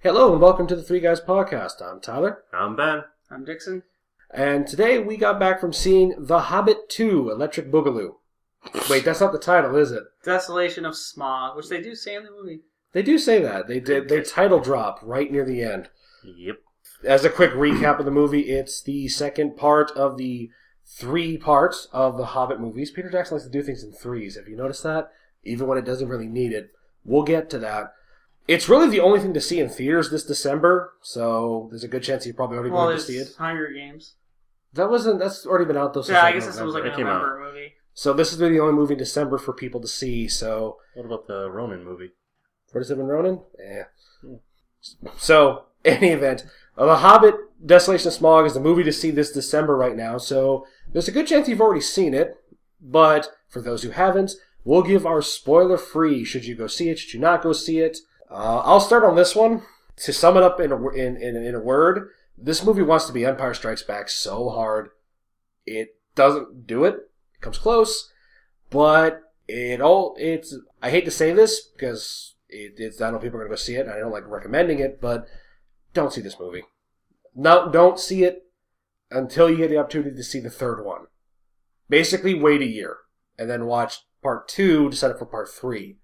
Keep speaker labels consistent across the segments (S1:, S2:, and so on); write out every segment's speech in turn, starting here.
S1: Hello and welcome to the Three Guys Podcast. I'm Tyler.
S2: I'm Ben.
S3: I'm Dixon.
S1: And today we got back from seeing The Hobbit 2 Electric Boogaloo. Wait, that's not the title, is it?
S3: Desolation of Smog, which they do say in the movie.
S1: They do say that. They did their title drop right near the end.
S2: Yep.
S1: As a quick recap of the movie, it's the second part of the three parts of the Hobbit movies. Peter Jackson likes to do things in threes. Have you noticed that? Even when it doesn't really need it. We'll get to that. It's really the only thing to see in theaters this December, so there's a good chance you've probably already
S3: well,
S1: gone to
S3: there's
S1: see it.
S3: Hunger Games.
S1: That wasn't. That's already been out though. Since
S3: yeah, I
S1: like,
S3: guess this was like
S1: November.
S3: a
S2: It came
S3: November movie.
S1: So this has been the only movie in December for people to see. So
S2: What about the Ronin movie?
S1: what is it been Ronin? Eh. So any event, uh, The Hobbit: Desolation of Smog is the movie to see this December right now. So there's a good chance you've already seen it, but for those who haven't, we'll give our spoiler-free. Should you go see it? Should you not go see it? Uh, I'll start on this one. To sum it up in a, wo- in, in, in a word, this movie wants to be Empire Strikes Back so hard. It doesn't do it. It comes close, but it all it's. I hate to say this because it, it's. I know people are going to go see it, and I don't like recommending it, but don't see this movie. No, don't see it until you get the opportunity to see the third one. Basically, wait a year and then watch part two to set up for part three.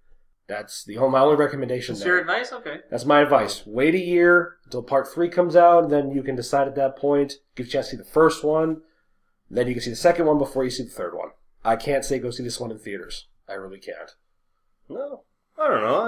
S1: That's the my only recommendation.
S3: That's
S1: there.
S3: your advice? Okay.
S1: That's my advice. Wait a year until part three comes out, and then you can decide at that point. Give you a chance to see the first one, then you can see the second one before you see the third one. I can't say go see this one in theaters. I really can't.
S2: No, I don't know.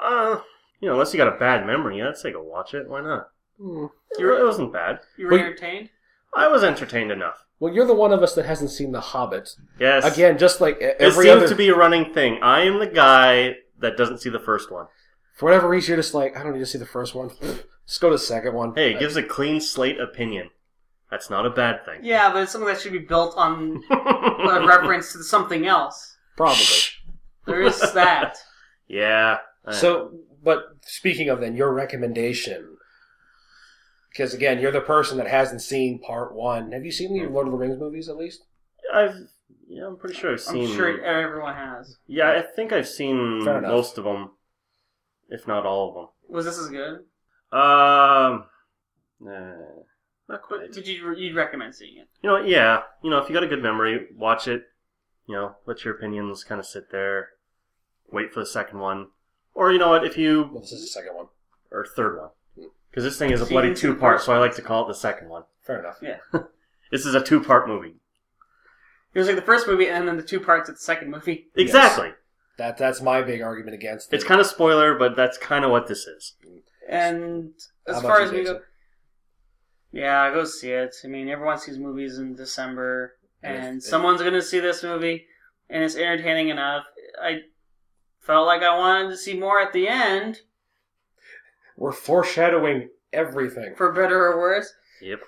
S2: I, uh, you know, unless you got a bad memory, I'd say go watch it. Why not?
S1: Hmm.
S2: It
S3: You're-
S2: really wasn't bad.
S3: You were
S1: Wait.
S3: entertained?
S2: I was entertained enough.
S1: Well, you're the one of us that hasn't seen The Hobbit.
S2: Yes.
S1: Again, just like e-
S2: it
S1: every
S2: seems
S1: other.
S2: to be a running thing. I am the guy that doesn't see the first one.
S1: for whatever reason, you're just like, I don't need to see the first one. just go to the second one.
S2: Hey, it gives a clean slate opinion. That's not a bad thing.
S3: Yeah, but it's something that should be built on a reference to something else.
S1: Probably.
S3: There is that.
S2: yeah. I-
S1: So, but speaking of then your recommendation, because again, you're the person that hasn't seen part one. Have you seen the
S2: Hmm.
S1: Lord of the Rings movies at least?
S2: I've. Yeah, I'm pretty sure I've seen.
S3: I'm sure everyone has.
S2: Yeah, I think I've seen
S1: Fair enough.
S2: most of them, if not all of them.
S3: Was this as good?
S2: Um, nah, not
S3: But
S2: quite.
S3: did you you'd recommend seeing it?
S2: You know, yeah. You know, if you got a good memory, watch it. You know, let your opinions kind of sit there. Wait for the second one, or you know what, if
S1: Well,
S2: you
S1: this is the second one.
S2: or third one, because this thing is a
S3: So you
S2: bloody
S3: didn't see the
S2: two part,
S3: first
S2: so I like to call it the second one.
S1: Fair enough.
S2: This is a two part movie.
S3: It was like the first movie and then the two parts of the second movie.
S1: Yes.
S2: Exactly.
S1: That that's my big argument against.
S2: It's kind of spoiler, but that's kind of what this is.
S3: And
S1: How
S3: as
S1: about
S3: far
S1: you,
S3: as we go,
S1: Jason?
S3: yeah, go see it. I mean, everyone sees movies in December,
S1: And
S3: and
S1: it's-
S3: someone's gonna see this movie, and it's entertaining enough. I felt like I wanted to see more at the end,
S1: we're foreshadowing everything.
S3: for better or worse.
S2: Yep.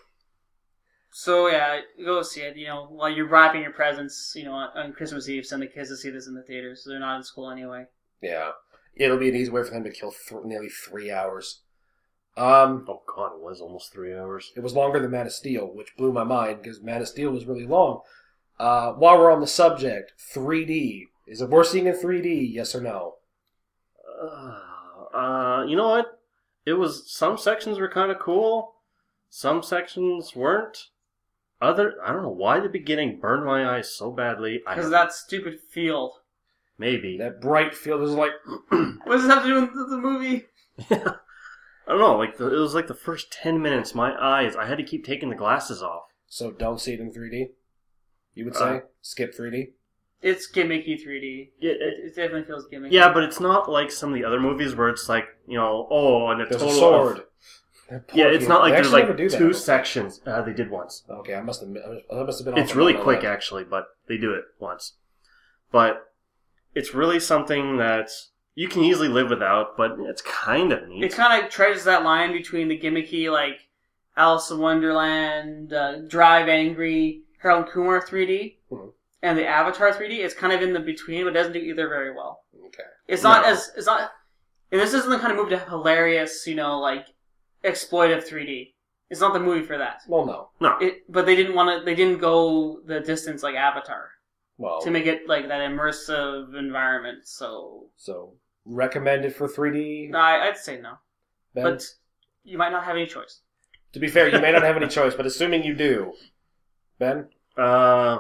S3: So yeah, go see it. You know, while you're wrapping your presents, you know, on, on Christmas Eve, send the kids to see this in the theaters. So they're not in school anyway.
S1: Yeah, it'll be an easy way for them to kill th- nearly three hours. Um,
S2: Oh god, it was almost three hours.
S1: it was longer than Man of Steel, which blew my mind because Man of Steel was really long. Uh, while we're on the subject, 3D is it worth seeing in 3D? Yes or no?
S2: Uh, uh, you know what? It was some sections were kind of cool, some sections weren't. Other, I don't know why the beginning burned my eyes so badly. I
S3: Because
S2: don't-
S3: of that stupid field.
S2: maybe
S1: That bright field was like
S3: What does this have to do with the movie?
S2: I don't know. Like the, it was like the first ten minutes, my eyes. I had to keep taking the glasses off.
S1: So don't see it in 3D. You would say
S2: Uh,
S1: skip 3D.
S3: It's gimmicky 3D.
S2: Yeah,
S3: It,
S2: it,
S3: it definitely feels gimmicky.
S2: yeah, but it's not like some of the other movies where it's like you know, oh, and a
S1: There's
S2: total
S1: a
S2: of-
S1: sword.
S2: yeah, it's not like
S1: They
S2: there's
S1: actually
S2: like
S1: never do that,
S2: two
S1: though.
S2: sections. Uh, they did once.
S1: Okay, I must have I must have been.
S2: It's
S1: off
S2: really
S1: on
S2: quick,
S1: that.
S2: actually, but they do it once. But it's really something that you can easily live without, but it's kind of neat.
S3: it kind of treasures that line between the gimmicky like Alice in Wonderland, uh, Drive Angry, Harold and Kumar 3D,
S1: Hmm.
S3: and the Avatar 3D. It's kind of in the between, but doesn't do either very well.
S1: Okay.
S3: It's not
S2: No.
S3: as it's not. And this isn't the kind of movie to have hilarious, you know, like exploitive 3D. It's not the movie for that.
S1: Well, no.
S2: no,
S3: It, but they didn't want to. They didn't go the distance like Avatar
S1: Well,
S3: to make it like that immersive environment. So
S1: so recommended for 3D.
S2: Uh,
S3: no, I, I'd say no.
S1: Ben?
S3: But you might not have any choice.
S1: to be fair, you may not have any choice, but assuming you do, Ben,
S2: Uh,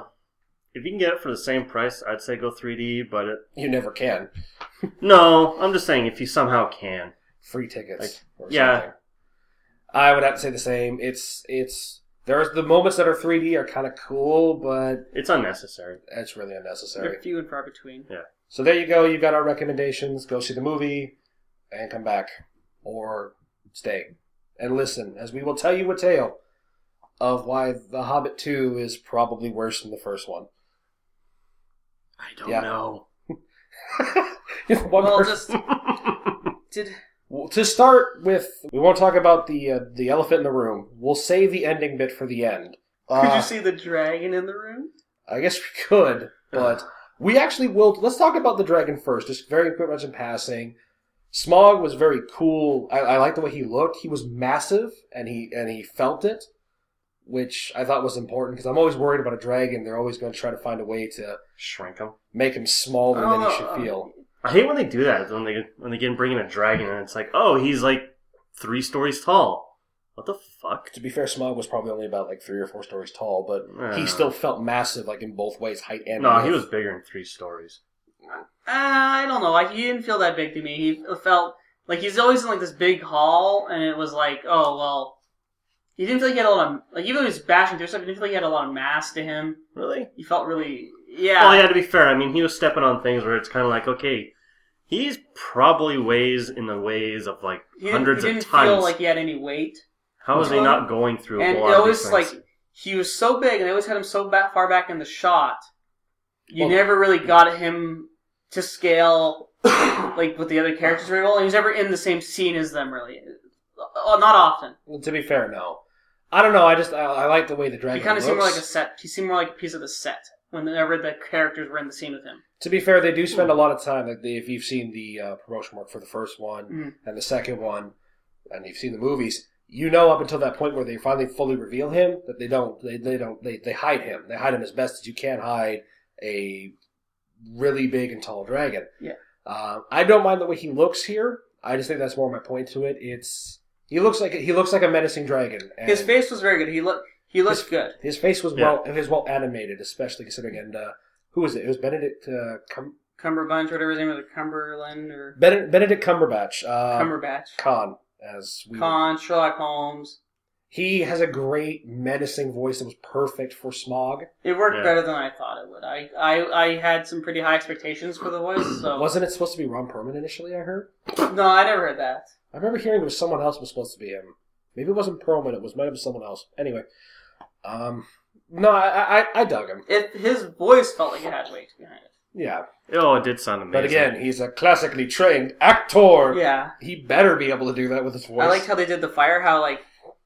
S2: if you can get it for the same price, I'd say go 3D. But it,
S1: you never can.
S2: no, I'm just saying if you somehow can.
S1: Free tickets. or
S2: yeah.
S1: something. I would have to say the same. It's it's there's the moments that are 3D are kind of cool, but
S2: It's unnecessary.
S1: that's really unnecessary.
S3: They're few and far between.
S1: So there you go. You got our recommendations. Go see the movie and come back, or stay and listen as we will tell you a tale of why The Hobbit 2 is probably worse than the first one.
S2: I don't
S1: Yeah.
S2: know.
S1: one
S3: Well,
S1: person-
S3: just did
S1: Well, to start with, we won't talk about the uh, the elephant in the room. We'll save the ending bit for the end.
S3: could
S1: Uh,
S3: you see the dragon in the room?
S1: I guess we could, but we actually will. Let's talk about the dragon first, just very quick much in passing. Smog was very cool. I, I like the way he looked. He was massive, and he and he felt it, which I thought was important because I'm always worried about a dragon. They're always going to try to find a way to
S2: Shrink them.
S1: make him smaller
S3: I don't
S1: than he
S3: know,
S1: should
S3: uh,
S1: feel.
S2: I hate when they do that. When they when they get bring in a dragon and it's like, oh, he's like three stories tall. What the fuck?
S1: To be fair, Smog was probably only about like three or four stories tall, but
S2: Uh,
S1: he still felt massive, like in both ways, height and
S2: No,
S1: width.
S2: he was bigger than three stories.
S3: Uh, I don't know. Like he didn't feel that big to me. He felt like he's always in like this big hall, and it was like, oh well. He didn't feel like he had a lot of like even though he was bashing through stuff. He didn't feel like he had a lot of mass to him.
S2: Really?
S3: He felt really
S2: Well,
S3: yeah.
S2: yeah. To be fair, I mean, he was stepping on things where it's kind of like, okay, he's probably weighs in the ways of like
S3: he didn't,
S2: hundreds
S3: he didn't
S2: of tons.
S3: feel like he had any weight,
S2: How is he
S3: Well,
S2: not going through?
S3: and
S2: a
S3: it
S2: lot of
S3: always
S2: these
S3: like
S2: things?
S3: he was so big, and they always had him so ba- far back in the shot. You
S1: Well-
S3: never really got him to scale like with the other characters very well. And he's never in the same scene as them really. Uh, Not often.
S1: Well, to be fair, no. I don't know. I just I, I like the way the
S3: He
S1: dragon.
S3: kind of
S1: looks.
S3: seemed more like a set. He seemed more like a piece of the set whenever the characters were in the scene with him.
S1: To be fair, they do spend
S3: Hmm.
S1: a lot of time. Like they, if you've seen the uh, promotion work for the first one
S3: Mhm.
S1: and the second one, and you've seen the movies, you know up until that point where they finally fully reveal him that they don't. They, they don't. They, they hide him. They hide him as best as you can hide a really big and tall dragon.
S3: Yeah.
S1: Uh, I don't mind the way he looks here. I just think that's more my point to it. It's he looks like he looks like a menacing dragon. And
S3: His face was very good. He looked. He looked good.
S1: His face was
S2: Yeah.
S1: well. It was well animated, especially considering. And uh, who was it? It was Benedict uh, Cum-
S3: Cumberbunch, whatever his name was, or Cumberland or
S1: Ben- Benedict Cumberbatch. Uh,
S3: Cumberbatch.
S1: Khan, as we.
S3: Con, Sherlock Holmes.
S1: He has a great menacing voice that was perfect for Smog.
S3: It worked
S2: Yeah.
S3: better than I thought it would. I, I, I had some pretty high expectations for the voice. So
S1: Wasn't it supposed to be Ron Perlman initially? I heard.
S3: no, I never heard that.
S1: I remember hearing it was someone else was supposed to be him. Maybe it wasn't Perlman. It was might have been someone else. Anyway, um, no, I, I I dug him.
S3: It his voice felt like it had weight behind it.
S1: Yeah,
S2: oh, it did sound amazing.
S1: but again, he's a classically trained actor.
S3: Yeah,
S1: He better be able to do that with his voice.
S3: I liked how they did the fire. How like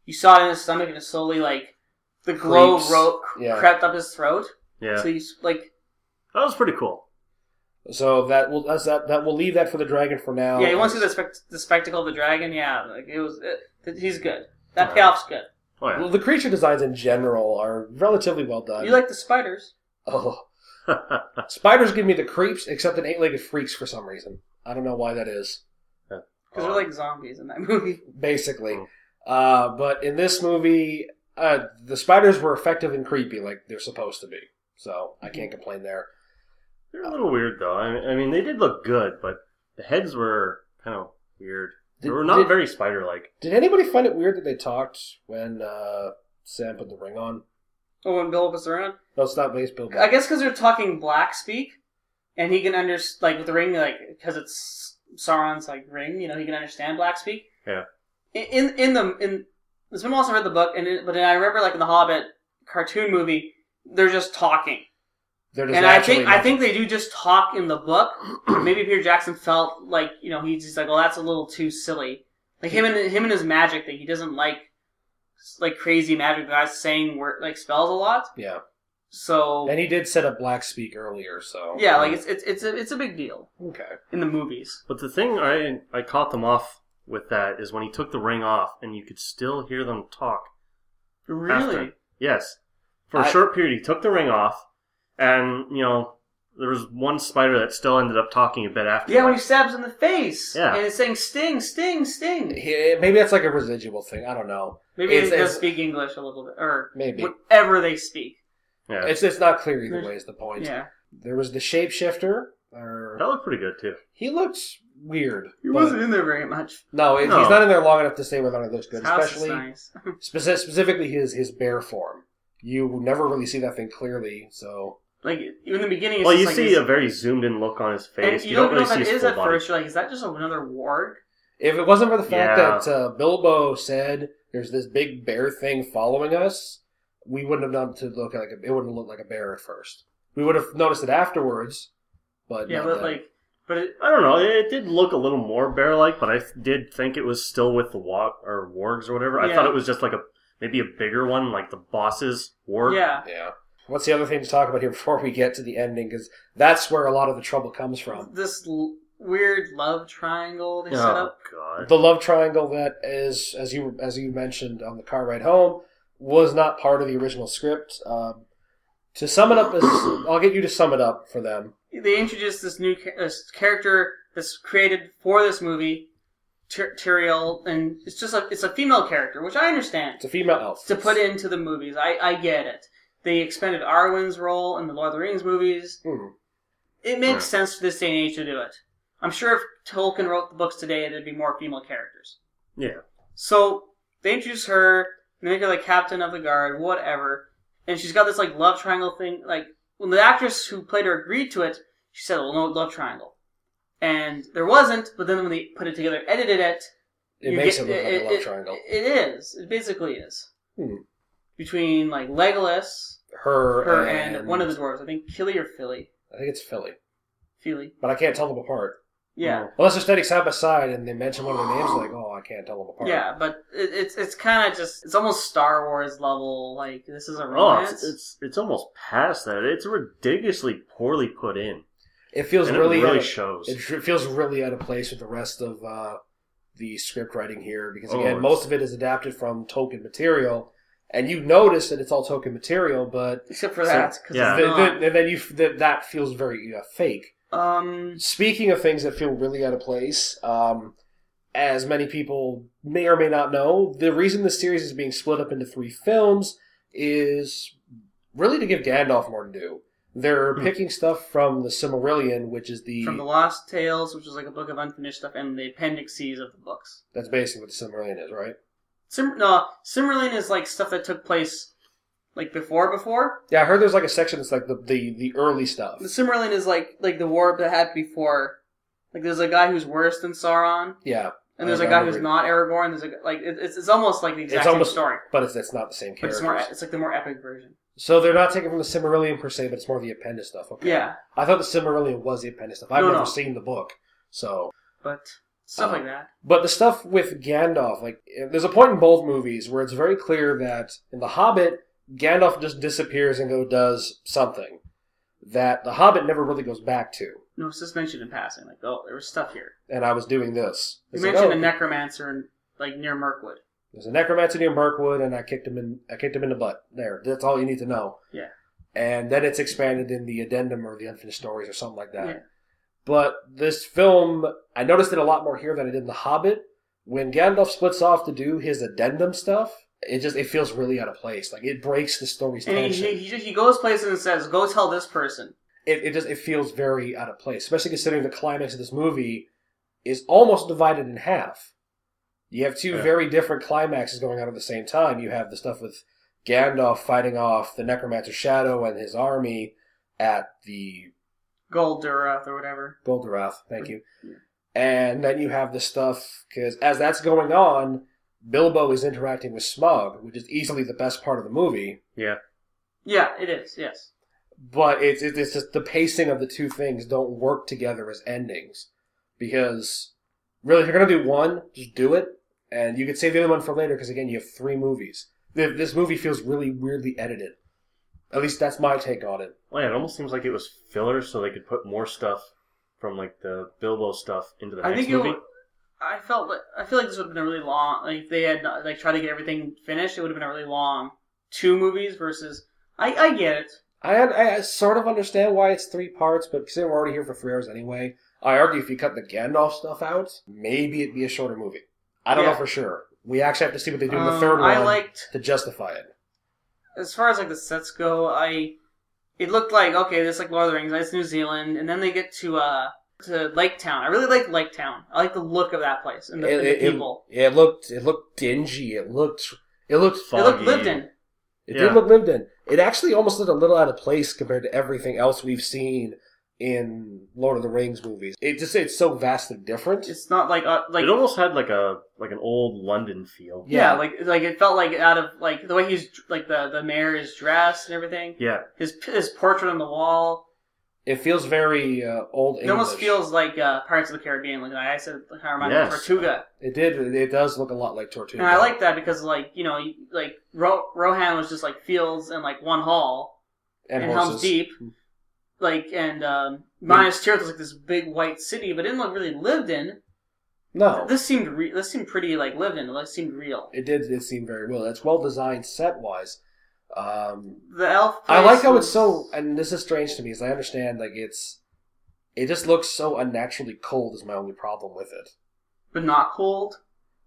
S3: you saw it in his stomach and it slowly like the glow
S1: Creeps.
S3: ro-
S1: Yeah.
S3: crept up his throat.
S2: yeah,
S3: So he's like
S2: that was pretty cool.
S1: So that will that's that that will leave that for the dragon for now.
S3: Yeah, you want to see the, spect- the spectacle of the dragon? Yeah, like it was. It, th- he's good. That
S2: Alright.
S3: payoff's good.
S2: Oh yeah.
S1: Well, the creature designs in general are relatively well done.
S3: You like the spiders?
S1: oh, spiders give me the creeps, except in eight-legged freaks for some reason. I don't know why that is.
S3: Because
S1: Uh,
S3: they're like zombies in that movie.
S1: Basically,
S2: Hmm.
S1: uh, but in this movie, uh, the spiders were effective and creepy, like they're supposed to be. So
S3: Hmm.
S1: I can't complain there.
S2: They're a little weird though. I mean, I mean, they did look good, but the heads were kind of weird. They
S1: Did-
S2: were not
S1: did-
S2: very spider-like.
S1: Did anybody find it weird that they talked when uh, Sam put the ring on?
S3: Oh, when Bill was around.
S1: No, it's not Blaze Bill.
S3: I guess because they're talking black speak, and he can under like with the ring, like because it's Sauron's like ring. You know, he can understand black speak.
S2: Yeah.
S3: In in, in the in, I've also read the book, and it, but I remember like in the Hobbit cartoon movie, they're just talking.
S1: They're just
S3: and I
S1: naturally
S3: think I think they do just talk in the book. Maybe Peter Jackson felt like you know he's just like, well, that's a little too silly. Like him and him and his magic thing, he doesn't like like crazy magic guys saying word like spells a lot.
S1: yeah.
S3: So
S1: And he did set up black speak earlier, so
S3: yeah,
S2: Um,
S3: like it's it's it's a, it's a big deal
S1: okay.
S3: in the movies.
S2: But the thing I I caught them off with that is when he took the ring off, and you could still hear them talk.
S3: Really?
S2: Yes, for a
S1: I-
S2: short period, he took the ring off, and you know, There was one spider that still ended up talking a bit after.
S3: Yeah, when he stabs in the face.
S2: Yeah.
S3: And it's saying sting, sting, sting.
S1: He- Maybe that's like a residual thing. I don't know.
S3: Maybe
S1: It's-
S3: they
S1: it's-
S3: just speak English a little bit, or
S1: Maybe.
S3: whatever they speak.
S2: yeah.
S1: It's it's not clear either
S3: There's-
S1: way. Is the point?
S3: Yeah.
S1: There was the shapeshifter. Or
S3: Oh.
S2: that looked pretty good too.
S1: he looked weird.
S3: He
S1: but-
S3: wasn't in there very much.
S1: No, it-
S2: No.
S1: he's not in there long enough to say whether or not it looks
S3: His
S1: good.
S3: house
S1: especially
S3: is nice.
S1: speci- specifically his his bear form. You never really see that thing clearly. So
S3: Like in the beginning, it's
S2: Well,
S3: just
S2: you
S3: like
S2: see
S3: this-
S2: a very zoomed in look on his face.
S3: and you, don't,
S2: really
S3: know
S2: see his
S3: what that is
S2: full
S3: at
S2: body.
S3: first. You're like, is that just another warg?
S1: if it wasn't for the fact
S2: Yeah.
S1: that uh, Bilbo said there's this big bear thing following us, we wouldn't have known to look like a, it wouldn't look like a bear at first. We would have noticed it afterwards. But
S3: Yeah,
S1: not
S3: but
S1: then.
S3: like, but it,
S2: I don't know. It did look a little more bear-like, but I did think it was still with the walk or wargs or whatever. I
S3: Yeah.
S2: thought it was just like a maybe a bigger one, like the boss's warg.
S3: yeah,
S1: yeah. What's the other thing to talk about here before we get to the ending? Because that's where a lot of the trouble comes from.
S3: this l- weird love triangle they set
S2: Oh
S3: up.
S2: god.
S1: the love triangle that is as you as you mentioned on the car ride home was not part of the original script um, to sum it up as i'll get you to sum it up for them
S3: They introduced this new ca- this character that's created for this movie, Tyr- Tyrael, and it's just a it's a female character, which I understand.
S1: it's a female elf
S3: to put into the movies. I, I get it. They expanded Arwen's role in the Lord of the Rings movies.
S1: Hmm.
S3: It
S2: Yeah.
S3: makes sense for this day and age to do it. I'm sure if Tolkien wrote the books today, there'd be more female characters.
S2: Yeah.
S3: So they introduce her, make her like captain of the guard, whatever. And she's got this like love triangle thing. Like when the actress who played her agreed to it, she said, "Well, no love triangle," and there wasn't. But then when they put it together, edited it,
S1: it
S3: you
S1: makes
S3: get-
S1: it look like a love
S3: it-
S1: triangle
S3: It is. It basically is.
S1: Hmm.
S3: Between like Legolas,
S1: her,
S3: her, and, one of the dwarves. I think Killy or Philly.
S1: i think it's philly
S3: Philly.
S1: but i can't tell them apart
S3: Yeah.
S1: unless they're standing side by side and they mention one of their names like oh i can't tell them apart
S3: Yeah, but it, it's it's kind of just it's almost Star Wars level. Like this is a
S2: Oh,
S3: romance.
S2: it's, it's it's almost past that. It's ridiculously poorly put in,
S1: it feels
S2: and
S1: really uh,
S2: it really
S1: out of-
S2: shows.
S1: It tr- feels really out of place with the rest of uh, the script writing here because
S2: Oh,
S1: again,
S2: it's-
S1: most of it is adapted from Tolkien material, and you notice that it's all Tolkien material, but
S3: Except for that, because
S2: yeah.
S1: th-
S3: it's
S1: th-
S3: not.
S1: and then you f- that that feels very uh, fake.
S3: um,
S1: Speaking of things that feel really out of place, um, as many people may or may not know, the reason this series is being split up into three films is really to give Gandalf more to do. They're
S2: Hmm.
S1: picking stuff from the Silmarillion, which is the
S3: from the Lost Tales, which was like a book of unfinished stuff, and the appendices of the books.
S1: that's basically what the Silmarillion is, right?
S3: Sim- no, Cimmerlin is like stuff that took place like before before.
S1: Yeah, I heard there's like a section that's like the the, the early stuff.
S3: The Cimmerlin is like like the war that happened before. Like there's a guy who's worse than Sauron,
S1: Yeah,
S3: and there's
S1: I
S3: a guy
S1: remember
S3: who's
S1: it.
S3: not Aragorn. There's a g- like it, it's it's almost like the exact
S1: It's
S3: same
S1: almost-
S3: story,
S1: but it's it's not the same
S3: but
S1: characters.
S3: it's more it's like the more epic version.
S1: so they're not taking from the Cimmerillion per se, but it's more the appendix stuff. Okay.
S3: Yeah,
S1: I thought the Cimmerillion was the appendix stuff. I've
S3: No,
S1: never
S3: no.
S1: seen the book, so.
S3: but stuff
S1: Uh,
S3: like that.
S1: But the stuff with Gandalf, like there's a point in both movies where it's very clear that in The Hobbit, Gandalf just disappears and go does something that The Hobbit never really goes back to.
S3: No, it's just mentioned in passing. Like oh, there was stuff here.
S1: And I was doing this.
S3: You
S1: It's like,
S3: mentioned
S1: oh,
S3: a necromancer in, like near Mirkwood.
S1: There's a necromancer near Mirkwood, and I kicked him in. I kicked him in the butt. There, that's all you need to know.
S3: Yeah.
S1: And then it's expanded in the addendum or the unfinished stories or something like that.
S3: Yeah.
S1: But this film, I noticed it a lot more here than I did in The Hobbit. When Gandalf splits off to do his addendum stuff, it just it feels really out of place. Like it breaks the story's
S3: And he,
S1: tension.
S3: he, he, just- he goes places and says, "Go tell this person."
S1: it, it just it feels very out of place, especially considering the climax of this movie is almost divided in half. You have two
S2: Yeah.
S1: very different climaxes going on at the same time. You have the stuff with Gandalf fighting off the Necromancer Shadow and his army at the
S3: Golduroth or whatever.
S1: Goldorath. Thank you. And then you have the stuff because as that's going on, Bilbo is interacting with Smog, which is easily the best part of the movie.
S3: Yeah, it is. Yes.
S1: but it's it's it's just the pacing of the two things don't work together as endings because really if you're gonna do one just do it and you could save the other one for later because again you have three movies Th- this movie feels really weirdly edited at least that's my take on it
S2: Well, yeah, it almost seems like it was filler, so they could put more stuff from like the Bilbo stuff into the
S3: I
S2: next
S3: think it
S2: movie.
S3: would, I felt like I feel like this would have been a really long. Like if they had not- like tried to get everything finished, it would have been a really long two movies versus. I I get it.
S1: I, I I sort of understand why it's three parts, but because they were already here for three hours anyway, I argue if you cut the Gandalf stuff out, maybe it'd be a shorter movie. I don't
S3: Yeah.
S1: know for sure. We actually have to see what they do in the
S3: Um,
S1: third
S3: I
S1: one
S3: liked
S1: to justify it.
S3: as far as like the sets go. I it looked like okay, this is like Lord of the Rings. It's New Zealand, and then they get to uh to Lake Town. I really like Lake Town. I like the look of that place and the,
S1: it,
S3: and the
S1: it-
S3: people.
S1: It, it looked it looked dingy. It looked it looked
S3: It, looked
S1: foggy.
S3: lived in.
S1: It
S2: Yeah.
S1: did look lived in. It actually almost looked a little out of place compared to everything else we've seen in Lord of the Rings movies. It just it's so vastly different.
S3: It's not like uh, like
S2: it almost had like a like an old London feel.
S1: yeah.
S3: yeah. like like it felt like out of like the way he's like the the mayor is dressed and everything.
S2: Yeah,
S3: His his portrait on the wall.
S1: It feels very uh, old.
S3: It almost
S1: English.
S3: feels like uh, Pirates of the Caribbean. Like I said, like, how reminded me of
S2: Yes.
S3: Tortuga.
S1: It did. It does look a lot like Tortuga.
S3: And I like that because, like, you know, you- like Ro- Rohan was just like fields and like one hall and, Helm's
S1: horses. Hmm.
S3: Deep, like, and um, Minas Tirith was like this big white city, but it didn't look really lived in.
S1: No,
S3: This seemed re- this seemed pretty like lived in. This seemed real.
S1: it did. It seemed very well. It's well designed set wise. Um,
S3: The elf.
S1: I like
S3: place
S1: how
S3: was-
S1: it's so, and this is strange to me, is I understand like it's, it just looks so unnaturally cold. Is my only problem with it.
S3: but not cold.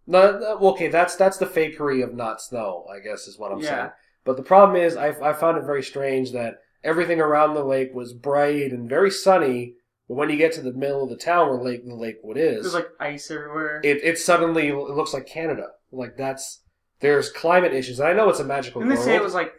S1: No, no, okay, that's that's the fakery of not snow, I guess, is what I'm
S3: Yeah.
S1: saying. But the problem is, I, I found it very strange that everything around the lake was bright and very sunny, but when you get to the middle of the town where Lake the Lakewood is,
S3: There's like ice everywhere.
S1: it, it suddenly l- it looks like Canada. Like that's there's climate issues. And I know it's a magical
S3: Didn't they
S1: world.
S3: say it was like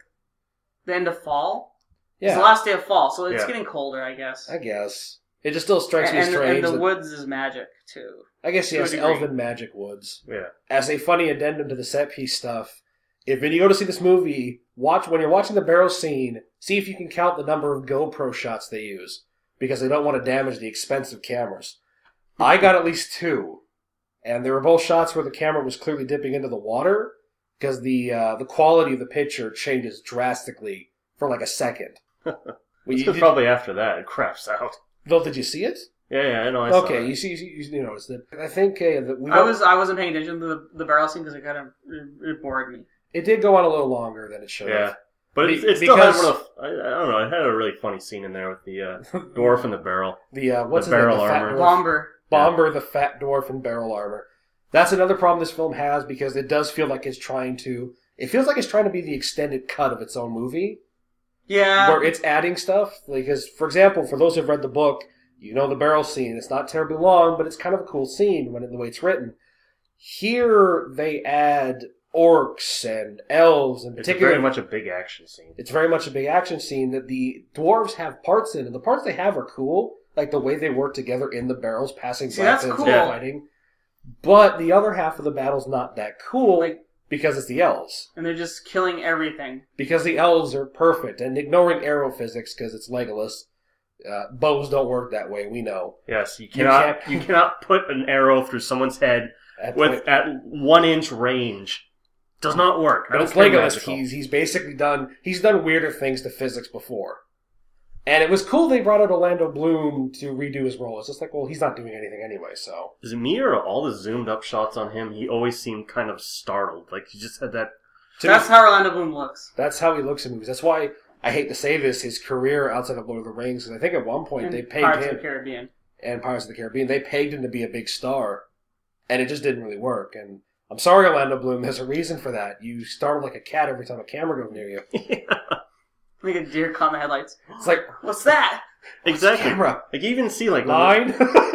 S3: the end of fall? It's
S1: yeah,
S3: the last day of fall, so it's
S2: Yeah.
S3: getting colder, I guess.
S1: I guess it just still strikes
S3: and,
S1: me
S3: and the-
S1: strange.
S3: and the
S1: that-
S3: woods is magic too.
S1: I guess
S3: to a
S1: yes,
S3: degree.
S1: elven magic woods.
S2: yeah.
S1: as a funny addendum to the set piece stuff, if when you go to see this movie, watch when you're watching the barrel scene, see if you can count the number of GoPro shots they use because they don't want to damage the expensive cameras. I got at least two, and they were both shots where the camera was clearly dipping into the water because the uh, the quality of the picture changes drastically for like a second. well,
S2: It's
S1: you, did,
S2: probably after that it craps out.
S1: Bill, did you see it?
S2: Yeah, yeah, I know. I saw
S1: okay,
S2: that.
S1: you see, you, you noticed that. I think uh, that we
S3: I
S1: don't-
S3: was I wasn't paying attention to the, the barrel scene because it kind of it, it bored me.
S1: it did go on a little longer than it should have.
S2: Yeah. But it,
S1: Be-
S2: it still had
S1: because-
S2: one of the, I, I don't know. It had a really funny scene in there with the uh, dwarf and the barrel.
S1: The uh, what's
S2: The
S1: his name?
S2: barrel
S1: The fat
S2: armor.
S1: dwarf?
S3: Bomber.
S1: Bomber, the fat dwarf in barrel armor. That's another problem this film has because it does feel like it's trying to. It feels like it's trying to be the extended cut of its own movie,
S3: Yeah.
S1: where it's adding stuff. Because, for example, for those who've read the book, you know the barrel scene. It's not terribly long, but it's kind of a cool scene when the way it's written. Here they add orcs and elves, in
S2: It's a
S1: particular.
S2: very much a big action scene.
S1: it's very much a big action scene that the dwarves have parts in, and the parts they have are cool, like the way they work together in the barrels, passing
S3: See, that's
S1: black and
S3: cool.
S1: fighting. But the other half of the battle's not that cool
S3: Like-
S1: because it's the elves.
S3: and they're just killing everything.
S1: Because the elves are perfect and ignoring arrow physics because it's Legolas. Uh, bows don't work that way. We know.
S2: Yes, you cannot
S1: can't-
S2: you cannot put an arrow through somene's head
S1: At
S2: with
S1: point-
S2: at one inch range. Does not work. I
S1: but
S2: don't
S1: it's
S2: care
S1: Legolas.
S2: magical.
S1: He's he's basically done. He's done weirder things to physics before. And it was cool they brought out Orlando Bloom to redo his role. It's just like, well, he's not doing anything anyway, so.
S2: Is it me or all the zoomed up shots on him? He always seemed kind of startled. Like he just had that.
S1: To
S3: That's
S1: me,
S3: how Orlando Bloom looks.
S1: that's how he looks in movies. That's why I hate to say this, his career outside of Lord of the Rings, 'cause I think at one point
S3: in
S1: they pegged
S3: Pirates of
S1: him
S3: the Caribbean.
S1: and Pirates of the Caribbean, they pegged him to be a big star, and it just didn't really work. And I'm sorry, Orlando Bloom, there's a reason for that. You startle like a cat every time a camera goes near you.
S3: Like a deer caught in the headlights.
S1: It's like
S3: What's that?
S2: exactly.
S1: camera
S2: Like you even see like one of the-
S1: line.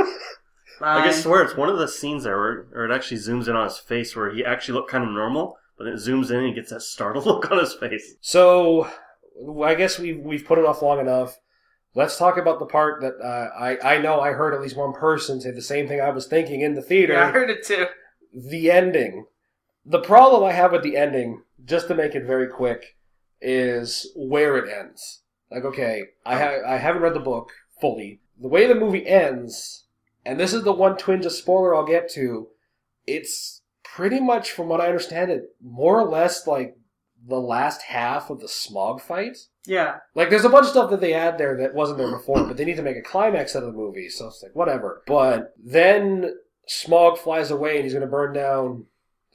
S2: Like I
S3: Line.
S2: swear it's one of the scenes there where, where it actually zooms in on his face where he actually looked kind of normal, but then it zooms in and he gets that startled look on his face.
S1: so I guess we've we've put it off long enough. Let's talk about the part that uh, I I know I heard at least one person say the same thing I was thinking in the theater.
S3: Yeah, I heard it too.
S1: the ending. The problem I have with the ending, just to make it very quick, is where it ends. Like, okay, I ha- I haven't read the book fully. The way the movie ends, and this is the one twinge of spoiler I'll get to. It's pretty much, from what I understand, it more or less like the last half of the smog fight.
S3: Yeah.
S1: Like, there's a bunch of stuff that they add there that wasn't there before, but they need to make a climax out of the movie, so it's like, whatever. But then Smog flies away and he's going to burn down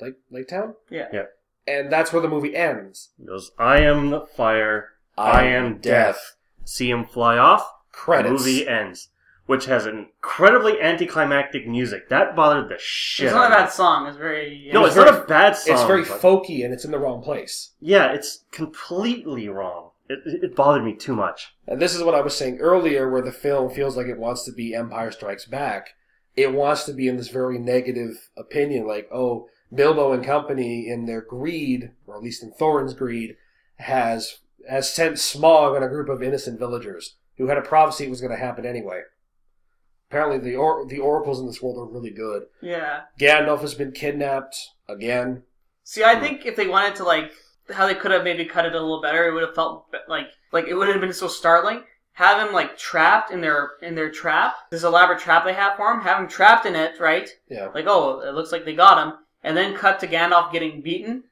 S1: Lake, Lake Town?
S3: Yeah.
S2: Yeah.
S1: And that's where the movie ends.
S2: He goes, I am the fire. I am death. See him fly off.
S1: Credits.
S2: Movie ends, which has an incredibly anticlimactic music that bothered the shit.
S3: it's not a
S2: out of
S3: bad
S2: me.
S3: song. It's very
S2: No,
S1: It
S2: it's
S1: was
S2: not
S1: very-
S2: a bad song.
S1: It's very
S2: but-
S1: folky and it's in the wrong place.
S2: Yeah, it's completely wrong. It, it it bothered me too much.
S1: And this is what I was saying earlier, where the film feels like it wants to be Empire Strikes Back. It wants to be in this very negative opinion, like, oh, Bilbo and company, in their greed, or at least in Thorin's greed, has has sent smog on a group of innocent villagers who had a prophecy it was going to happen anyway. Apparently, the or- the oracles in this world are really good.
S3: yeah.
S1: Gandalf has been kidnapped again.
S3: See, I think if they wanted to like how they could have maybe cut it a little better, it would have felt be- like like it wouldn't have been so startling. Have him like trapped in their in their trap, this elaborate trap they have for him. Have him trapped in it, right?
S1: Yeah,
S3: Like, oh, it looks like they got him, and then cut to Gandalf getting beaten,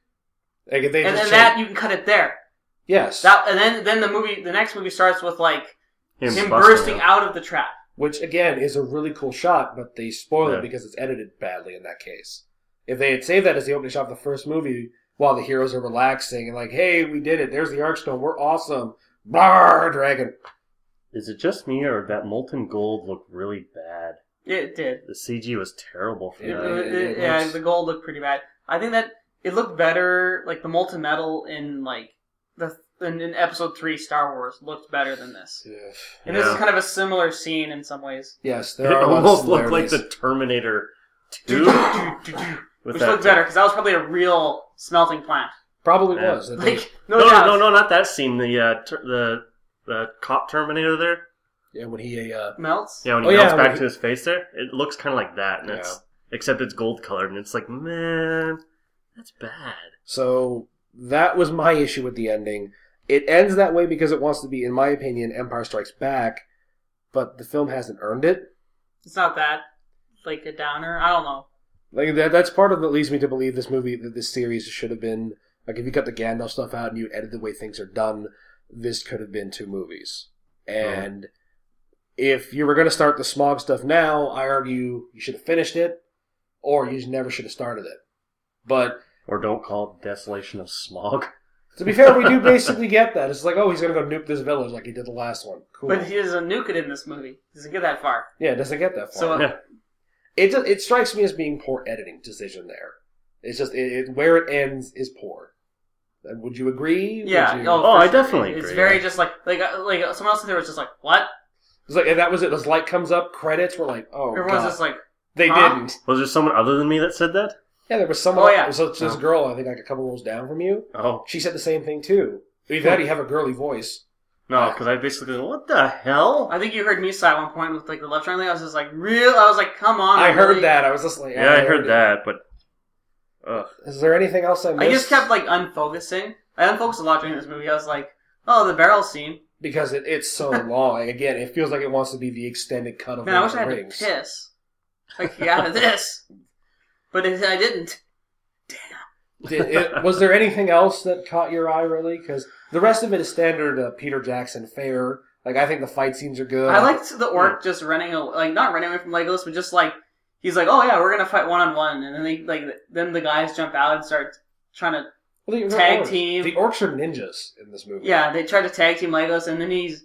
S1: like if they
S3: and
S1: just
S3: then
S1: said-
S3: that you can cut it there.
S1: yes,
S3: That and then then the movie, the next movie starts with like him,
S2: busting
S3: bursting
S2: it.
S3: out of the trap.
S1: which again is a really cool shot, but they spoil
S2: Yeah.
S1: it because it's edited badly in that case. If they had saved that as the opening shot of the first movie, while the heroes are relaxing and like, "Hey, we did it! There's the Arkstone. We're awesome!" Bar dragon.
S2: Is it just me or that molten gold looked really bad?
S3: It did.
S2: The CG was terrible for
S1: It
S2: that.
S3: It-
S1: really-
S3: it-
S1: it- it
S3: yeah,
S1: looks-
S3: the gold looked pretty bad. I think that it looked better, like the molten metal in like the in, in episode three Star Wars looked better than this. And this is
S2: Yeah.
S3: kind of a similar scene in some ways,
S1: Yes, there
S2: It
S1: are a lot of
S2: almost looked like
S1: similarities.
S2: the Terminator
S3: which
S2: 2 with that.
S3: looked better because that was probably a real smelting plant.
S1: probably
S2: Yeah.
S1: was that they-
S3: Like no,
S2: No, no,
S3: doubt.
S2: no, no, not that scene. The uh, ter- the the cop Terminator there.
S1: yeah when he uh,
S3: melts.
S2: Yeah, when
S1: Oh,
S2: he
S1: yeah,
S2: melts back
S1: when he-
S2: to his face there, it looks kind of like that, and it's except it's gold colored, and it's like, man, that's bad.
S1: So that was my issue with the ending. It ends that way because it wants to be, in my opinion, Empire Strikes Back, but the film hasn't earned it.
S3: It's not that like a downer. I don't know.
S1: Like that, that's part of what leads me to believe this movie, that this series should have been like if you cut the Gandalf stuff out and you edit the way things are done, this could have been two movies. And if you were going to start the smog stuff now, I argue you should have finished it, or you never should have started it. But
S2: Or don't call it Desolation of Smog.
S1: To be fair, we do basically get that. It's like, oh, he's gonna go nuke this village like he did the last one. Cool.
S3: But he doesn't nuke it in this movie. He doesn't get that far.
S1: yeah, it doesn't get that far.
S3: So
S2: Yeah.
S1: it ju- it strikes me as being poor editing decision there. It's just it, it, where it ends is poor. Uh, Would you agree? Would
S3: yeah.
S1: you-
S2: Oh,
S3: for
S2: I
S3: sure.
S2: definitely
S3: It's
S2: agree,
S3: very
S2: yeah.
S3: just like like uh, like uh, someone else in there was just like what?
S1: It's like and that was it. This light comes up, credits. We're like, oh,
S3: Everyone's
S1: God.
S3: just like
S1: they
S3: huh?
S1: didn't.
S2: Was there someone other than me that said that?
S1: Yeah, there was someone.
S3: Oh, yeah.
S1: there was this- this
S2: Oh.
S1: girl. I think like a couple rows down from you.
S2: Oh
S1: She said the same thing too. Either that, or you have a girly voice.
S2: no, because I basically went, what the hell?
S3: I think you heard me sigh at one point with like the left triangle. I was just like, real. I was like, come on.
S1: I heard
S3: really.
S1: that. I was just like,
S2: Yeah, I heard
S1: it.
S2: that, but ugh.
S1: Is there anything else I missed?
S3: I just kept like unfocusing. I unfocused a lot during this movie. I was like, oh, the barrel scene.
S1: because it, it's so long. Like, Again, it feels like it wants to be the extended cut of
S3: Man, I
S1: Lord
S3: wish
S1: of
S3: I had
S1: the
S3: to
S1: Rings.
S3: piss. Like, get out of this. But it, I didn't.
S1: Did- it- was there anything else that caught your eye really? Because the rest of it is standard uh, Peter Jackson fare. Like I think the fight scenes are good.
S3: I liked the orc just running away, like not running away from Legolas, but just like he's like, oh yeah, we're gonna fight one on one, and then they like then the guys jump out and start trying to
S1: Well, the- the
S3: tag
S1: orcs-
S3: team.
S1: The orcs are ninjas in this movie.
S3: Yeah, they tried to tag team Legos, and then he's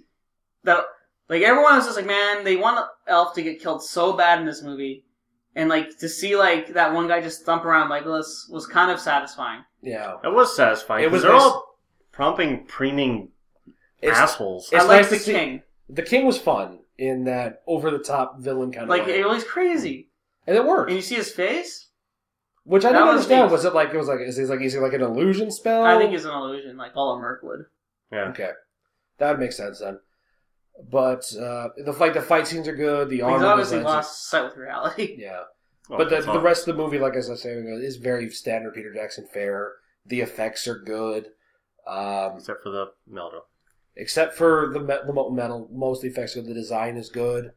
S3: that like everyone was just like, man, they want Elf to get killed so bad in this movie, and like to see like that one guy just thump around Legolas was kind of satisfying.
S1: yeah.
S2: That was satisfying.
S1: It
S2: 'cause
S1: was
S2: they're
S1: nice-
S2: all prompting, preening
S1: It's-
S2: assholes.
S1: It's
S3: I like
S1: nice
S3: the
S1: to see-
S3: king,
S1: the king was fun in that over the top villain kind of
S3: like
S1: way.
S3: it was crazy,
S1: and it worked.
S3: and you see his face.
S1: Which I
S3: that
S1: didn't
S3: was
S1: understand.
S3: neat.
S1: Was it like it was like is it like is it like an illusion spell?
S3: I think it's an illusion, like all of Mirkwood.
S2: yeah.
S1: okay. That would make sense then. But uh, the fight, the fight scenes are good. The
S3: He's
S1: armor
S3: obviously
S1: designs are-
S3: lost sight with reality.
S1: Yeah.
S2: Well,
S1: but the,
S2: it's
S1: the
S2: not-
S1: rest of the movie, like as I was saying, is very standard Peter Jackson fare. The effects are good, um,
S2: except for the Meldo.
S1: except for the me- the molten metal. Most of the effects are good. The design is good.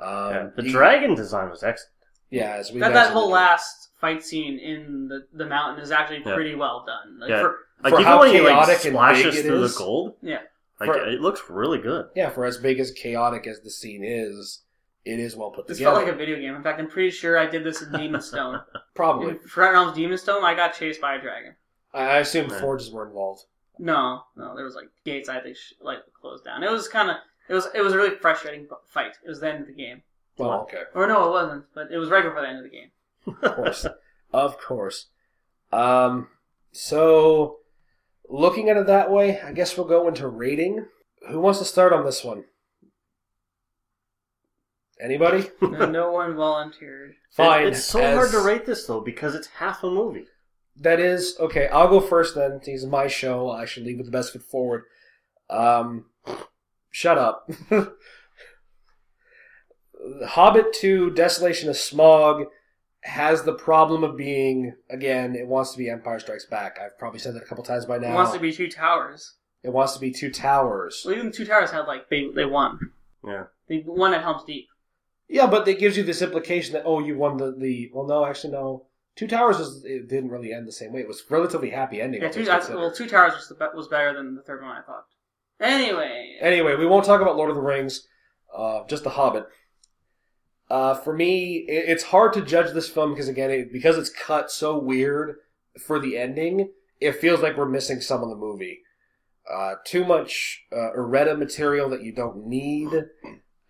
S1: Um,
S2: yeah. The
S1: you-
S2: dragon design was excellent.
S1: Yeah, as we
S3: That that
S1: mentioned-
S3: whole last fight scene in the, the mountain is actually
S2: Yeah.
S3: pretty well done. Like
S2: Yeah.
S3: for,
S2: Like
S1: For
S2: even
S1: how
S2: when he like
S1: chaotic and
S2: splashes
S1: big it
S2: through
S1: is.
S2: the gold,
S3: Yeah.
S2: like
S1: For-
S2: it looks really good.
S1: Yeah, for as big as chaotic as the scene is, it is well put
S3: this
S1: together.
S3: felt like a video game. In fact, I'm pretty sure I did this in Demon Stone.
S1: Probably,
S3: In Front Realms Demon Stone, I got chased by a dragon.
S1: I, I assume
S2: Yeah.
S1: forges were involved.
S3: No, no, there was like gates. I think sh- like closed down. It was kind of it was it was a really frustrating bu- fight. It was the end of the game,
S1: Well, okay.
S3: or no, it wasn't, but it was right before the end of the game.
S1: Of course. of course. Um, so, looking at it that way, I guess we'll go into rating. Who wants to start on this one? Anybody?
S3: No- no one volunteered.
S1: Fine.
S2: It- it's so
S1: as-
S2: hard to rate this though because it's half a movie.
S1: That is okay. I'll go first then. This is my show. I should lead with the best foot forward. Um, shut up. Hobbit Two: Desolation of Smog has the problem of being again. It wants to be Empire Strikes Back. I've probably said that a couple times by now.
S3: It wants to be two towers.
S1: It wants to be two towers.
S3: Well, even two towers had like they they won.
S2: Yeah.
S3: They won at Helm's Deep.
S1: Yeah, but it gives you this implication that oh, you won the the. Well, no, actually, no. Two towers was it didn't really end the same way. It was relatively happy ending.
S3: Yeah,
S1: all
S3: two,
S1: things
S3: I,
S1: considered.
S3: well, two towers was the be- was better than the third one. I thought. Anyway,
S1: Anyway, we won't talk about Lord of the Rings, uh, just The Hobbit. Uh, for me, it, it's hard to judge this film because again, it, because it's cut so weird for the ending, it feels like we're missing some of the movie. Uh, too much uh, errata material that you don't need,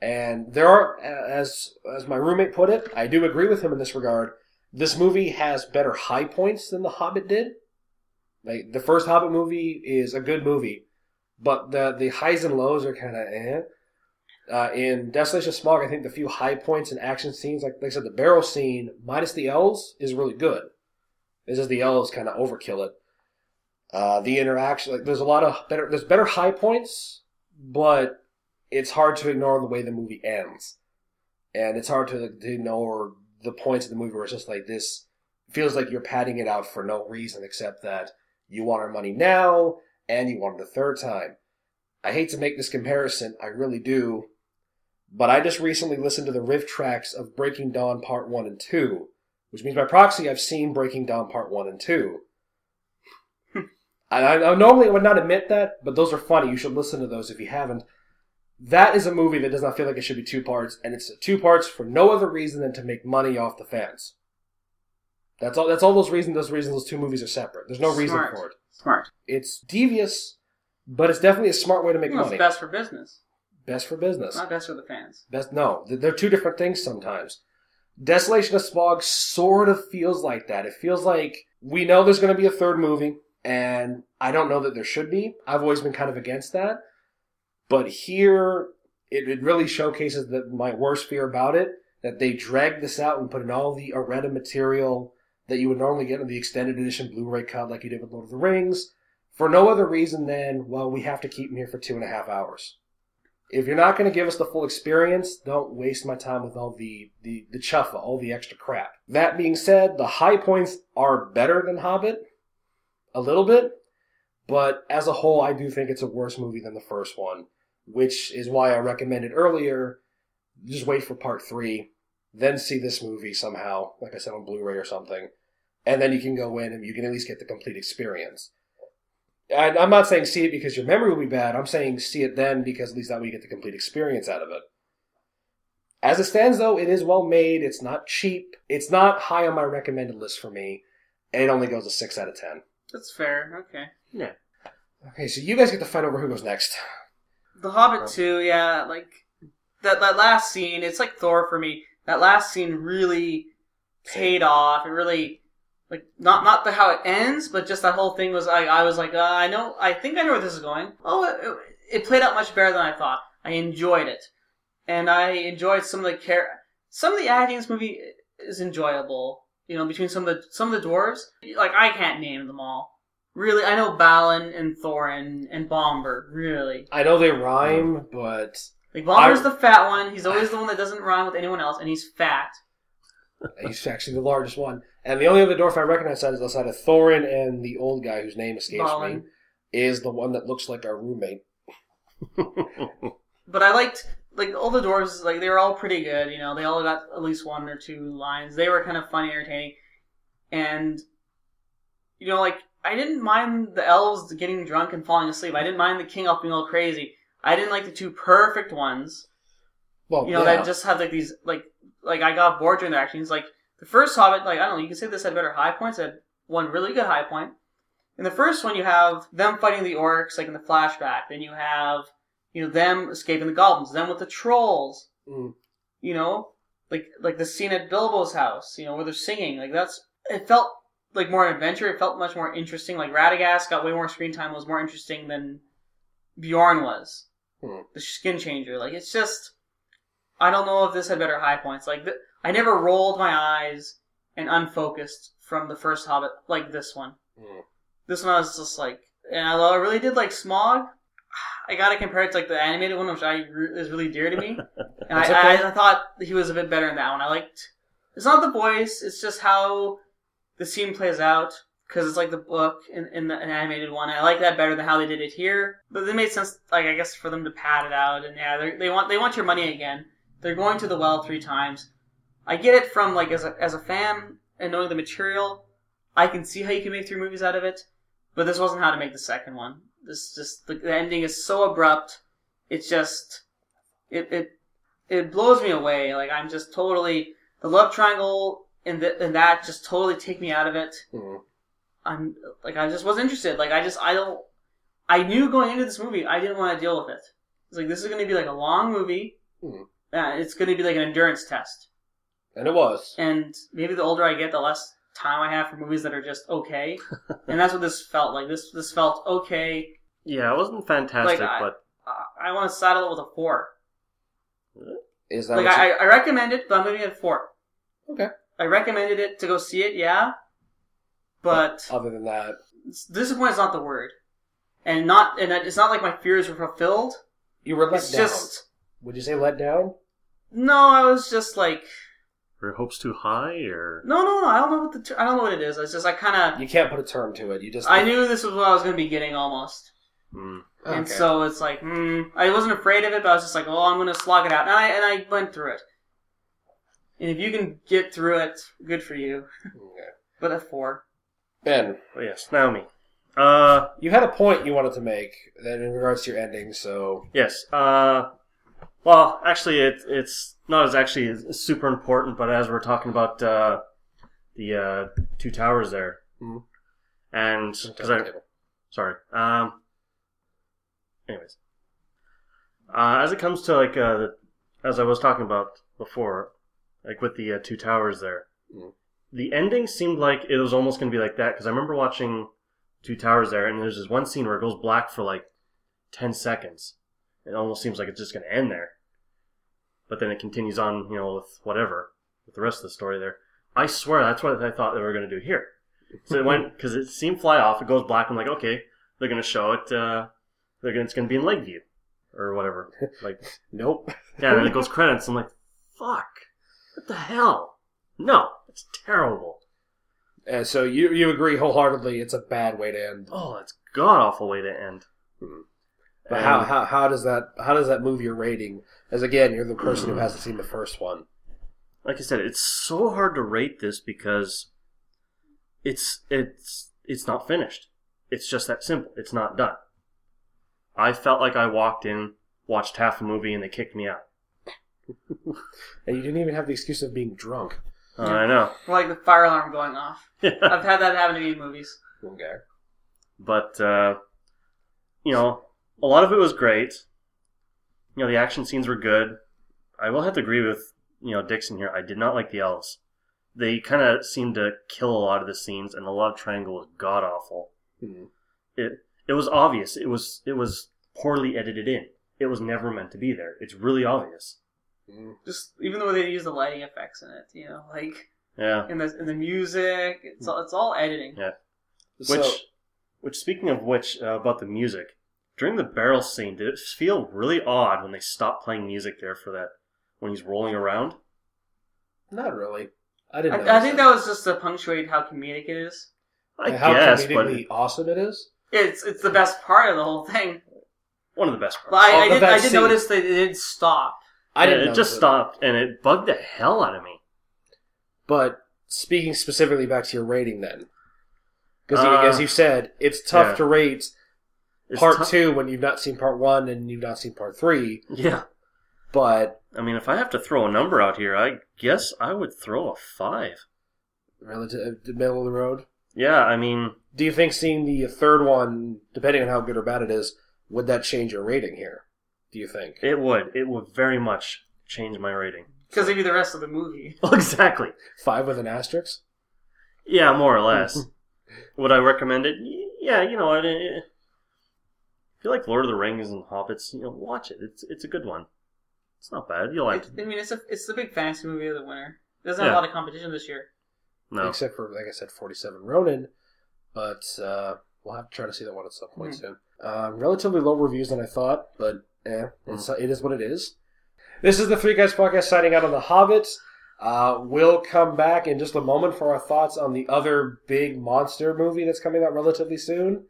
S1: and there are, a- as as my roommate put it, I do agree with him in this regard. This movie has better high points than The Hobbit did. Like the first Hobbit movie is a good movie, but the the highs and lows are kind of eh. Uh, in Desolation of Smog, I think the few high points and action scenes, like, like I said, the barrel scene minus the elves is really good. It's just the elves kind of overkill it. Uh, the interaction, like, there's a lot of better, there's better high points, but it's hard to ignore the way the movie ends, and it's hard to, to ignore the points of the movie where it's just like this feels like you're padding it out for no reason except that you want our money now, and you won it a third time. I hate to make this comparison, I really do, but I just recently listened to the riff tracks of Breaking Dawn Part 1 and 2, which means by proxy I've seen Breaking Dawn Part 1 and 2. I, I I normally would not admit that, but those are funny. You should listen to those if you haven't. That is a movie that does not feel like it should be two parts, and it's two parts for no other reason than to make money off the fans. That's all. That's all those reasons. Those reasons. Those two movies are separate. There's no reason
S3: Smart.
S1: for it.
S3: smart.
S1: It's devious, but it's definitely a smart way to make
S3: Well, it's
S1: money.
S3: best for business,
S1: Best for business.
S3: not best for the fans.
S1: Best no, th- they're two different things sometimes. Desolation of Smog sort of feels like that. It feels like we know there's going to be a third movie, and I don't know that there should be. I've always been kind of against that, but here it, it really showcases that my worst fear about it that they drag this out and put in all the Areta material that you would normally get in the extended edition Blu-ray cut, like you did with Lord of the Rings, for no other reason than well, we have to keep him here for two and a half hours if you're not going to give us the full experience, don't waste my time with all the, the, the chuffa, all the extra crap. That being said, the high points are better than Hobbit, a little bit, but as a whole, I do think it's a worse movie than the first one, which is why I recommended earlier just wait for part three, then see this movie somehow, like I said, on Blu ray or something, and then you can go in and you can at least get the complete experience. I, I'm not saying see it because your memory will be bad. I'm saying see it then because at least that way you get the complete experience out of it. As it stands, though, it is well made. It's not cheap. It's not high on my recommended list for me. And it only goes a 6 out of 10.
S3: That's fair. Okay.
S1: Okay, so you guys get to fight over who goes next.
S3: The Hobbit
S2: Right.
S3: too, yeah, like that that last scene, it's like Thor for me. That last scene really paid off. It really like not not the how it ends, but just that whole thing was I I was like, uh, I know I think I know where this is going. Oh, it, it played out much better than I thought. I enjoyed it. And I enjoyed some of the care some of the acting in this movie is enjoyable. You know, between some of the some of the dwarves, like I can't name them all. Really, I know Balin and Thorin and Bomber. Really,
S1: I know they rhyme, but
S3: like Bomber's
S1: I-
S3: the fat one. He's always the one that doesn't rhyme with anyone else, and he's fat.
S1: he's actually the largest one. And the only other dwarf I recognize that is outside of Thorin and the old guy whose name escapes me
S3: Balin.
S1: is the one that looks like our roommate.
S3: But I liked like all the dwarves. Like they were all pretty good. You know, they all got at least one or two lines. They were kind of funny, entertaining, and you know, like I didn't mind the elves getting drunk and falling asleep. I didn't mind the king elf being all crazy. I didn't like the two perfect ones.
S1: Well,
S3: You know,
S1: yeah.
S3: that just had like these like like I got bored during the actions. Like the first Hobbit, like I don't know, you can say this had better high points. It had one really good high point. In the first one, you have them fighting the orcs, like in the flashback. Then you have, you know, them escaping the goblins. Them with the trolls.
S1: Mm.
S3: You know, like like the scene at Bilbo's house. You know, where they're singing. Like that's it felt like more an adventure. It felt much more interesting. Like Radagast got way more screen time. Was more interesting than Bjorn was.
S1: Hmm.
S3: The skin changer. Like it's just, I don't know if this had better high points. Like th- I never rolled my eyes and unfocused from the first Hobbit like this one
S1: Mm.
S3: this one I was just like, and although I really did like Smog, I gotta compare it to like the animated one, which I re- is really dear to me. and
S1: That's
S3: I,
S1: okay.
S3: I, I thought he was a bit better in that one. I liked. It's not the voice; it's just how the scene plays out because it's like the book in, in the an animated one. I like that better than how they did it here. But it made sense, like I guess, for them to pad it out. And yeah, they're- they want they want your money again. They're going to the well three times. I get it from like as a as a fan and knowing the material, I can see how you can make three movies out of it. But this wasn't how to make the second one. This just the, the ending is so abrupt. It's just it it it blows me away. Like I'm just totally the love triangle and th and that just totally take me out of it.
S1: Mm.
S3: I'm like I just wasn't interested. Like I just I don't I knew going into this movie I didn't want to deal with it. It's like this is going to be like a long movie.
S1: Mhm.
S3: Uh, it's going to be like an endurance test.
S1: And it was.
S3: And maybe the older I get, the less time I have for movies that are just okay. and that's what this felt like. This this felt okay.
S2: Yeah, it wasn't fantastic,
S3: Like, I-
S2: but
S3: I, I want to saddle it with a four.
S1: Is that
S3: Like
S1: what you-
S3: I, I recommend it, but I'm giving it a four.
S1: Okay.
S3: I recommended it to go see it, yeah. But
S1: other than that?
S3: it's- disappointed is not the word, and not and it's not like my fears were fulfilled.
S1: You were let
S3: it's
S1: down.
S3: just
S1: Would you say let down?
S3: no. I was just like
S2: were your hopes too high, or
S3: no, no, no. I don't know what the ter- I don't know what it is. It's just I kind
S1: You can't put a term to it. You
S3: of
S1: just
S3: I knew this was what I was going to be getting almost.
S2: Hmm.
S3: And
S1: Okay.
S3: so it's like, hmm, I wasn't afraid of it, but I was just like, oh, I'm gonna slog it out, and I and I went through it. And if you can get through it, good for you.
S1: Okay.
S3: But a four,
S1: Ben,
S2: oh, yes, now me. Uh,
S1: you had a point you wanted to make that in regards to your ending. So
S2: yes. Uh, well, actually, it, it's not as actually as super important, but as we're talking about uh, the uh, two towers there,
S1: Mhm.
S2: and because I sorry. Um. Anyways, uh, as it comes to like uh, as I was talking about before, like with the uh, two towers there,
S1: Mm.
S2: the ending seemed like it was almost gonna be like that because I remember watching two towers there, and there's this one scene where it goes black for like ten seconds. It almost seems like it's just gonna end there, but then it continues on, you know, with whatever with the rest of the story there. I swear that's what I thought they were gonna do here. So it went because it seemed fly off. It goes black. I'm like, okay, they're gonna show it. Uh, they're gonna, it's gonna be in Lakeview or whatever. Like,
S1: nope.
S2: yeah. And then it goes credits. I'm like, fuck, what the hell? No, it's terrible.
S1: And so you you agree wholeheartedly. It's a bad way to end.
S2: Oh, it's god awful way to end.
S1: Mhm. But how, how how does that how does that move your rating? As again, you're the person
S2: Mm.
S1: who hasn't seen the first one.
S2: like I said, it's so hard to rate this because it's it's it's not finished. It's just that simple. It's not done. I felt like I walked in, watched half a movie, and they kicked me out.
S1: And you didn't even have the excuse of being drunk.
S2: I know.
S3: Or like the fire alarm going off. I've had that happen to me in movies.
S1: Okay.
S2: but uh, you know, a lot of it was great. You know, the action scenes were good. I will have to agree with you know Dixon here. I did not like the elves. They kind of seemed to kill a lot of the scenes, and the love triangle was god awful.
S1: Mhm.
S2: It it was obvious. It was it was poorly edited in. It was never meant to be there. It's really obvious.
S1: Mm.
S3: Just even the way they use the lighting effects in it, you know, like
S2: Yeah.
S3: in the in the music, it's all, it's all editing.
S1: So-
S2: Which which speaking of which uh, about the music during the barrel scene, did it feel really odd when they stopped playing music there for that when he's rolling around?
S1: not really. I didn't.
S3: I, I
S1: notice
S3: think that was just to punctuate how comedic it is.
S2: I
S1: And how
S2: guess, but
S1: comedically awesome it is.
S3: It's it's the best part of the whole thing.
S2: one of the best
S3: But
S2: parts.
S1: Oh,
S3: I, I
S1: but
S3: did
S1: that
S3: I did
S1: scene.
S3: notice that it did stop.
S1: I didn't.
S2: Yeah, it
S1: notice
S2: just stopped and it bugged the hell out of me.
S1: But speaking specifically back to your rating, then, because
S2: Uh,
S1: as you said, it's tough
S2: yeah.
S1: to rate
S2: It's
S1: part
S2: tou-
S1: two when you've not seen part one and you've not seen part three.
S2: Yeah.
S1: But
S2: I mean, if I have to throw a number out here, I guess I would throw a five.
S1: relative the uh, middle of the road.
S2: Yeah, I mean,
S1: Do you think seeing the third one, depending on how good or bad it is, would that change your rating here? Do you think?
S2: It would. It would very much change my rating.
S3: Because maybe the rest of the movie.
S2: exactly.
S1: Five with an asterisk?
S2: Yeah, more or less. would I recommend it? Y- Yeah, you know, it, it, if you like Lord of the Rings and Hobbits, you know, watch it. It's it's a good one. It's not bad. You like
S3: It's, I mean, it's a, it's the big fantasy movie of the winter. It doesn't have
S2: Yeah.
S3: a lot of competition this year.
S2: no.
S1: Except for, like I said, 47 Ronin. But uh, we'll have to try to see that one at some point
S3: Mhm.
S1: soon. Um, relatively low reviews than I thought, but eh, it's, it is what it is. This is the Three Guys Podcast signing out on The Hobbit. Uh, we'll come back in just a moment for our thoughts on the other big monster movie that's coming out relatively soon.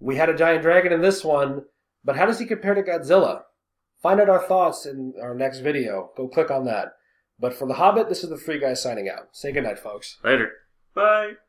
S1: We had a giant dragon in this one, but how does he compare to Godzilla? Find out our thoughts in our next video. Go click on that. But for The Hobbit, this is the Three Guys signing out. Say goodnight, folks.
S2: Later. Bye.